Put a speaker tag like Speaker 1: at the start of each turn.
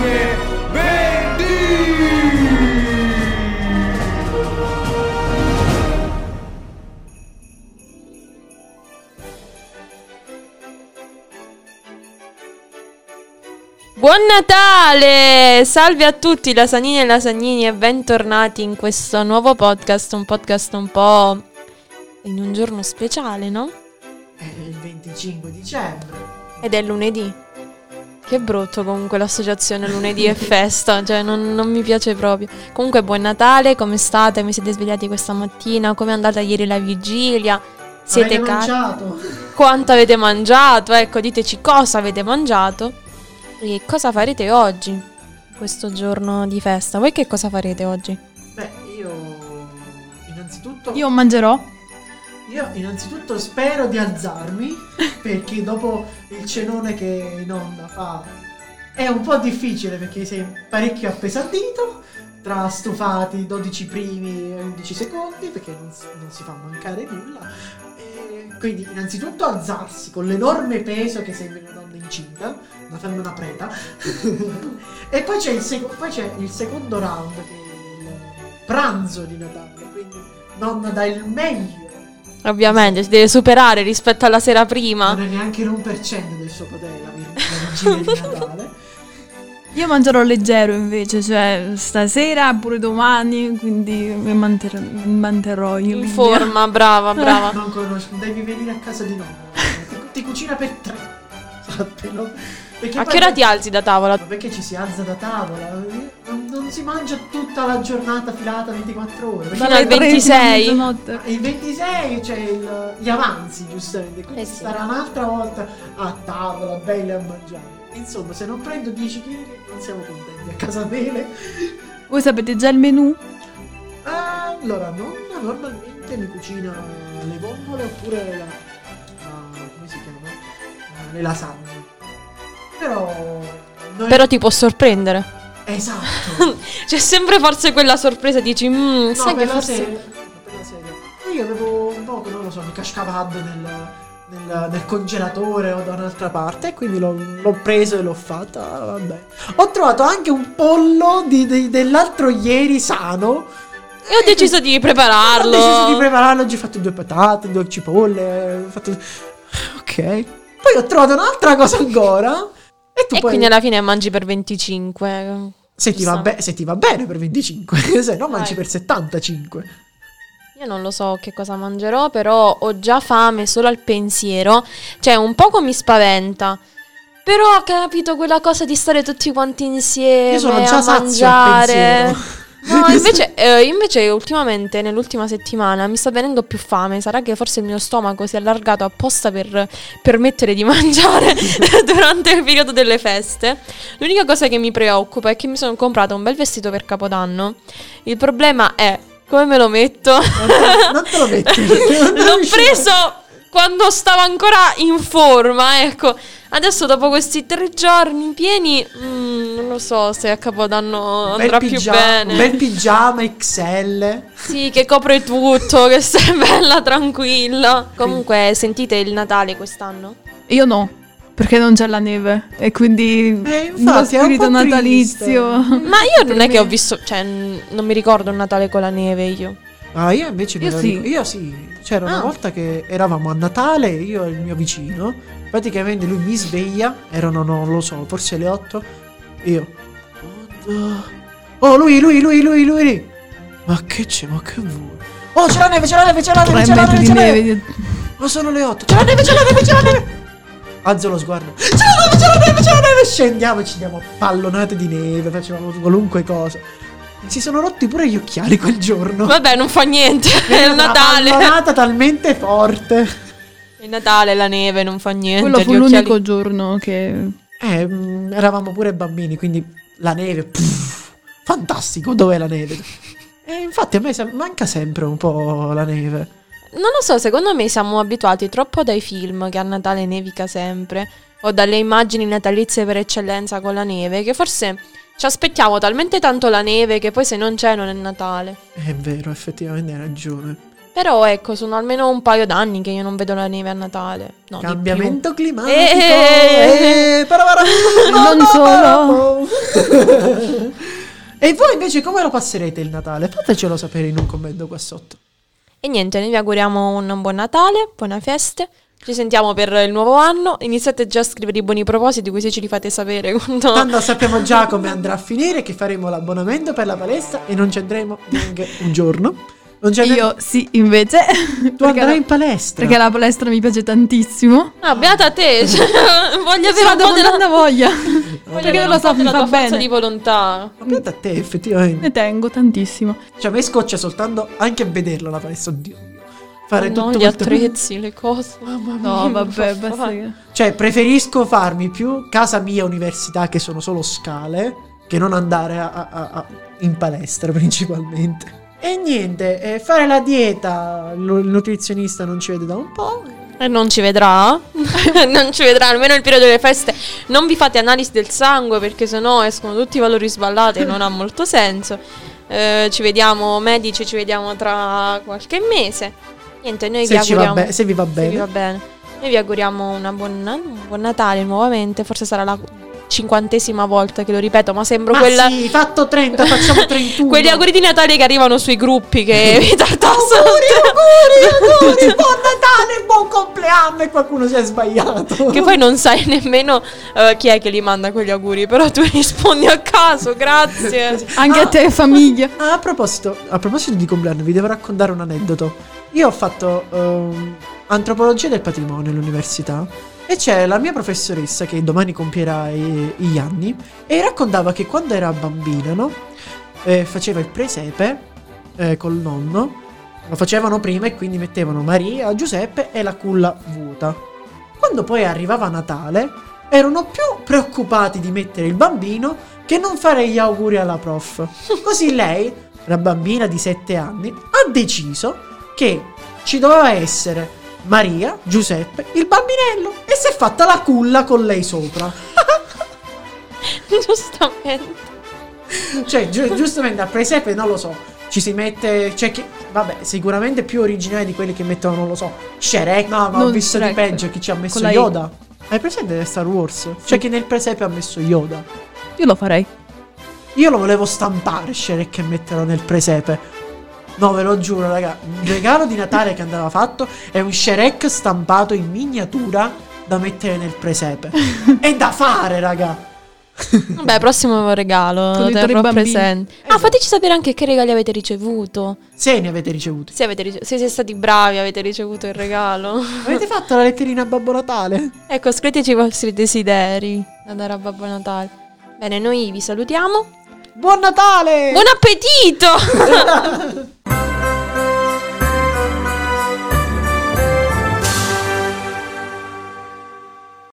Speaker 1: Lasagne Bendy!
Speaker 2: Buon Natale! Salve a tutti, lasagnini e lasagnini, e bentornati in questo nuovo podcast. Un podcast un po' in un giorno speciale, no?
Speaker 3: È il 25 dicembre.
Speaker 2: Ed è lunedì. Che brutto comunque l'associazione lunedì e festa, cioè non, non mi piace proprio. Comunque buon Natale, come state? Mi siete svegliati questa mattina? Come è andata ieri la vigilia? Siete
Speaker 3: Avete
Speaker 2: cari?
Speaker 3: mangiato?
Speaker 2: Quanto avete mangiato? Ecco, diteci cosa avete mangiato e cosa farete oggi, questo giorno di festa. Voi che cosa farete oggi?
Speaker 3: Beh, io innanzitutto
Speaker 4: Io mangerò.
Speaker 3: io innanzitutto spero di alzarmi perché dopo il cenone che nonna fa è un po' difficile perché sei parecchio appesantito tra stufati 12 primi e 11 secondi perché non, si- non si fa mancare nulla E quindi innanzitutto alzarsi con l'enorme peso che sembra una donna incinta una ferma una preta e poi c'è, il seco- poi c'è il secondo round che è il pranzo di Natale quindi nonna dà il meglio
Speaker 2: Ovviamente si deve superare rispetto alla sera prima.
Speaker 3: non è neanche l'1% del suo potere la vir- la vigilia di Natale.
Speaker 4: Io mangerò leggero invece, cioè stasera pure domani, quindi mi manter- mi manterrò in
Speaker 2: In
Speaker 4: linea.
Speaker 2: forma, brava, brava.
Speaker 3: Non conosco, devi venire a casa di nonna. Ti, ti cucina per tre. Sappilo. Perché
Speaker 2: A
Speaker 3: poi-
Speaker 2: che ora ti alzi da tavola?
Speaker 3: Ma perché ci si alza da tavola? Non, non si mangia tutta la giornata filata 24 ore. Perché
Speaker 2: Fino al
Speaker 4: Dalle tre fino a
Speaker 2: 26.
Speaker 4: mezzanotte.
Speaker 3: il 26 c'è il- gli avanzi, giustamente. Quindi
Speaker 2: Eh
Speaker 3: si
Speaker 2: sì.
Speaker 3: starà un'altra volta a tavola, belli a mangiare. Insomma, se non prendo 10 kg non siamo contenti a casa mele.
Speaker 4: Voi sapete già il menù?
Speaker 3: Allora, nonna normalmente mi cucina le bombole oppure la, la- come si chiama? Eh, le lasagne. Però noi-
Speaker 2: Però ti può sorprendere.
Speaker 3: esatto.
Speaker 2: C'è sempre forse quella sorpresa, dici, "Mm,
Speaker 3: no,
Speaker 2: sai che
Speaker 3: per la
Speaker 2: forse...
Speaker 3: serie. Per la serie. Io avevo un po', che non lo so, mi cascavado nel, nel- nel congelatore o da un'altra parte e quindi l'ho, l'ho preso e l'ho fatta. ah, Vabbè. Ho trovato anche un pollo di- di- dell'altro ieri sano.
Speaker 2: E ho deciso di prepararlo.
Speaker 3: Ho deciso di prepararlo, oggi ho fatto due patate, due cipolle, ho fatto... Ok. Poi ho trovato un'altra cosa ancora. E tu
Speaker 2: e
Speaker 3: poi...
Speaker 2: quindi alla fine mangi per 25.
Speaker 3: se, ti va
Speaker 2: Giusto.
Speaker 3: be- se ti va bene per 25, se no mangi
Speaker 2: Vai.
Speaker 3: per 75.
Speaker 2: Io non lo so che cosa mangerò, però ho già fame solo al pensiero. Cioè, un poco mi spaventa. Però capito quella cosa di stare tutti quanti insieme.
Speaker 3: Io sono
Speaker 2: Eh, a
Speaker 3: già sazio al
Speaker 2: mangiare.
Speaker 3: pensiero.
Speaker 2: No, invece, eh, invece ultimamente, nell'ultima settimana, mi sta venendo più fame. Sarà che forse il mio stomaco si è allargato apposta per permettere di mangiare durante il periodo delle feste. L'unica cosa che mi preoccupa è che mi sono comprata un bel vestito per Capodanno. Il problema è come me lo metto.
Speaker 3: Non te- non te lo metti. Non
Speaker 2: L'ho
Speaker 3: riusci-
Speaker 2: preso quando stavo ancora in forma, ecco. Adesso dopo questi tre giorni pieni, mm, non lo so se a Capodanno
Speaker 3: Bel
Speaker 2: andrà
Speaker 3: pigia-
Speaker 2: più bene.
Speaker 3: Bel pigiama XL.
Speaker 2: Sì, che copre tutto, che stai bella tranquilla. Comunque, sentite il Natale quest'anno?
Speaker 4: Io no, perché non c'è la neve e quindi
Speaker 3: Eh,
Speaker 4: lo
Speaker 3: infatti, è un
Speaker 4: spirito
Speaker 3: po' Cioè,
Speaker 4: natalizio.
Speaker 3: triste.
Speaker 2: Ma io non è che ho visto, cioè, n- non mi ricordo un Natale con la neve io.
Speaker 3: Ah, io invece me
Speaker 4: Io
Speaker 3: lo
Speaker 4: sì.
Speaker 3: ric- Io sì. C'era una
Speaker 2: Ah.
Speaker 3: volta che eravamo a Natale, io e il mio vicino. Praticamente lui mi sveglia, erano, non lo so, forse le 8. Io. "Oh, no." Oh, lui, lui, lui, lui, lui. lui. Ma che c'è? Ma che vuoi? Oh, c'è la neve, c'è la neve, c'è la neve,
Speaker 4: Tre
Speaker 3: c'è la
Speaker 4: metri
Speaker 3: neve,
Speaker 4: di
Speaker 3: c'è la neve.
Speaker 4: neve.
Speaker 3: Ma sono le 8. C'è la neve, c'è la neve, c'è la neve. Alzo lo sguardo. C'è la neve, c'è la neve, c'è la neve. Scendiamo, ci diamo pallonate di neve, facevamo qualunque cosa. Si sono rotti pure gli occhiali quel giorno.
Speaker 2: Vabbè, non fa niente, è
Speaker 3: Era
Speaker 2: il Natale.
Speaker 3: Una pallonata talmente forte.
Speaker 2: Il Natale, la neve, non fa niente.
Speaker 4: Quello fu
Speaker 2: gli occhiali-
Speaker 4: l'unico giorno che
Speaker 3: Eh, mm, eravamo pure bambini, quindi la neve. pff, fantastico, dov'è la neve? E infatti a me sem- manca sempre un po' la neve.
Speaker 2: Non lo so, secondo me siamo abituati troppo dai film che a Natale nevica sempre, o dalle immagini natalizie per eccellenza con la neve, che forse Ci aspettiamo talmente tanto la neve che poi se non c'è non è Natale.
Speaker 3: Eh, È vero, effettivamente hai ragione.
Speaker 2: Però ecco, sono almeno un paio d'anni che io non vedo la neve a Natale. No, di più.
Speaker 3: Cambiamento climatico.
Speaker 4: eh,
Speaker 2: Eh.
Speaker 3: Eh, parabara-
Speaker 4: Non solo.
Speaker 3: E voi invece come lo passerete il Natale? Fatecelo sapere in un commento qua sotto.
Speaker 2: E niente, noi vi auguriamo un buon Natale, buone feste. Ci sentiamo per il nuovo anno. Iniziate già a scrivere i buoni propositi, così ce li fate sapere quando.
Speaker 3: Tanto sappiamo già come andrà a finire, che faremo l'abbonamento per la palestra e non ci andremo neanche un giorno. Cioè, Non ci andremo-
Speaker 4: Io sì, invece.
Speaker 3: tu
Speaker 4: perché
Speaker 3: andrai
Speaker 4: la-
Speaker 3: in palestra.
Speaker 4: Perché la palestra mi piace tantissimo.
Speaker 2: Ah, beata te! cioè, voglio avere
Speaker 4: Sto
Speaker 2: un po' della.
Speaker 4: domandando voglia.
Speaker 2: voglio
Speaker 4: perché
Speaker 2: avere
Speaker 4: non lo
Speaker 2: un
Speaker 4: so,
Speaker 2: po'
Speaker 4: mi
Speaker 2: della
Speaker 4: fa
Speaker 2: tua forza
Speaker 4: bene.
Speaker 2: di volontà.
Speaker 3: Ma guarda te, effettivamente.
Speaker 2: Eh.
Speaker 4: Ne tengo tantissimo.
Speaker 3: Cioè, a me scoccia soltanto anche a vederlo la palestra. Oddio. Fare
Speaker 2: No,
Speaker 3: tutto
Speaker 2: gli
Speaker 3: questo-
Speaker 2: attrezzi, le cose.
Speaker 3: Mamma mia.
Speaker 4: No,
Speaker 2: Io
Speaker 4: vabbè,
Speaker 2: non so
Speaker 4: basta
Speaker 2: fare.
Speaker 4: che.
Speaker 3: Cioè, preferisco farmi più casa mia, università, che sono solo scale, che non andare a- a- a- a- in palestra principalmente. E niente, eh, fare la dieta, lo- il nutrizionista non ci vede da un po'.
Speaker 2: E non ci vedrà. non ci vedrà almeno il periodo delle feste. Non vi fate analisi del sangue perché sennò escono tutti i valori sballati e non ha molto senso. Eh, ci vediamo medici, ci vediamo tra qualche mese. Niente, noi vi
Speaker 3: Se, ci va
Speaker 2: auguriamo.
Speaker 3: be- se vi va
Speaker 2: se
Speaker 3: bene.
Speaker 2: vi va bene. Noi vi auguriamo una buona- un buon Natale nuovamente. Forse sarà la cinquantesima volta che lo ripeto, ma sembro
Speaker 3: Ma
Speaker 2: quella.
Speaker 3: sì, fatto 30, facciamo 31.
Speaker 2: Quegli auguri di Natale che arrivano sui gruppi che vi tartassano.
Speaker 3: Auguri, auguri, auguri, buon Natale, buon compleanno e qualcuno si è sbagliato.
Speaker 2: Che poi non sai nemmeno eh, chi è che li manda quegli auguri, però tu rispondi a caso, grazie.
Speaker 4: Anche a te, famiglia.
Speaker 3: Ah, a proposito, a proposito di compleanno, vi devo raccontare un aneddoto. Io ho fatto ehm, antropologia del patrimonio all'università e c'è la mia professoressa che domani compierà i- gli anni e raccontava che quando era bambina, no? Eh, faceva il presepe eh, col nonno. Lo facevano prima e quindi mettevano Maria, Giuseppe e la culla vuota. Quando poi arrivava Natale, erano più preoccupati di mettere il bambino che non fare gli auguri alla prof. Così lei, una bambina di 7 anni, ha deciso che ci doveva essere Maria, Giuseppe, il bambinello e si è fatta la culla con lei sopra.
Speaker 2: Giustamente.
Speaker 3: Cioè, giu- giustamente a presepe non lo so, ci si mette, cioè che, vabbè, sicuramente più originale di quelli che mettono, non lo so, Shrek. No, ma ho
Speaker 4: Non
Speaker 3: visto di
Speaker 4: Shrek.
Speaker 3: peggio chi ci ha messo
Speaker 4: Con la I.
Speaker 3: Yoda. Hai presente Star Wars? Cioè che nel presepe ha messo Yoda.
Speaker 4: Io lo farei.
Speaker 3: Io lo volevo stampare Shrek e metterlo nel presepe. No, ve lo giuro, raga. Un regalo di Natale che andava fatto è un Shrek stampato in miniatura da mettere nel presepe. è da fare, raga.
Speaker 2: Vabbè, prossimo regalo,
Speaker 4: Con i
Speaker 2: terrò
Speaker 4: tre bambini.
Speaker 2: presente. Ah,
Speaker 3: Esatto.
Speaker 2: fateci sapere anche che regali avete ricevuto.
Speaker 3: Se ne avete ricevuti.
Speaker 2: Se, avete rice- se siete stati bravi, avete ricevuto il regalo.
Speaker 3: Avete fatto la letterina a Babbo Natale?
Speaker 2: ecco, scriveteci i vostri desideri da dare a Babbo Natale. Bene, noi vi salutiamo.
Speaker 3: Buon Natale!
Speaker 2: Buon appetito!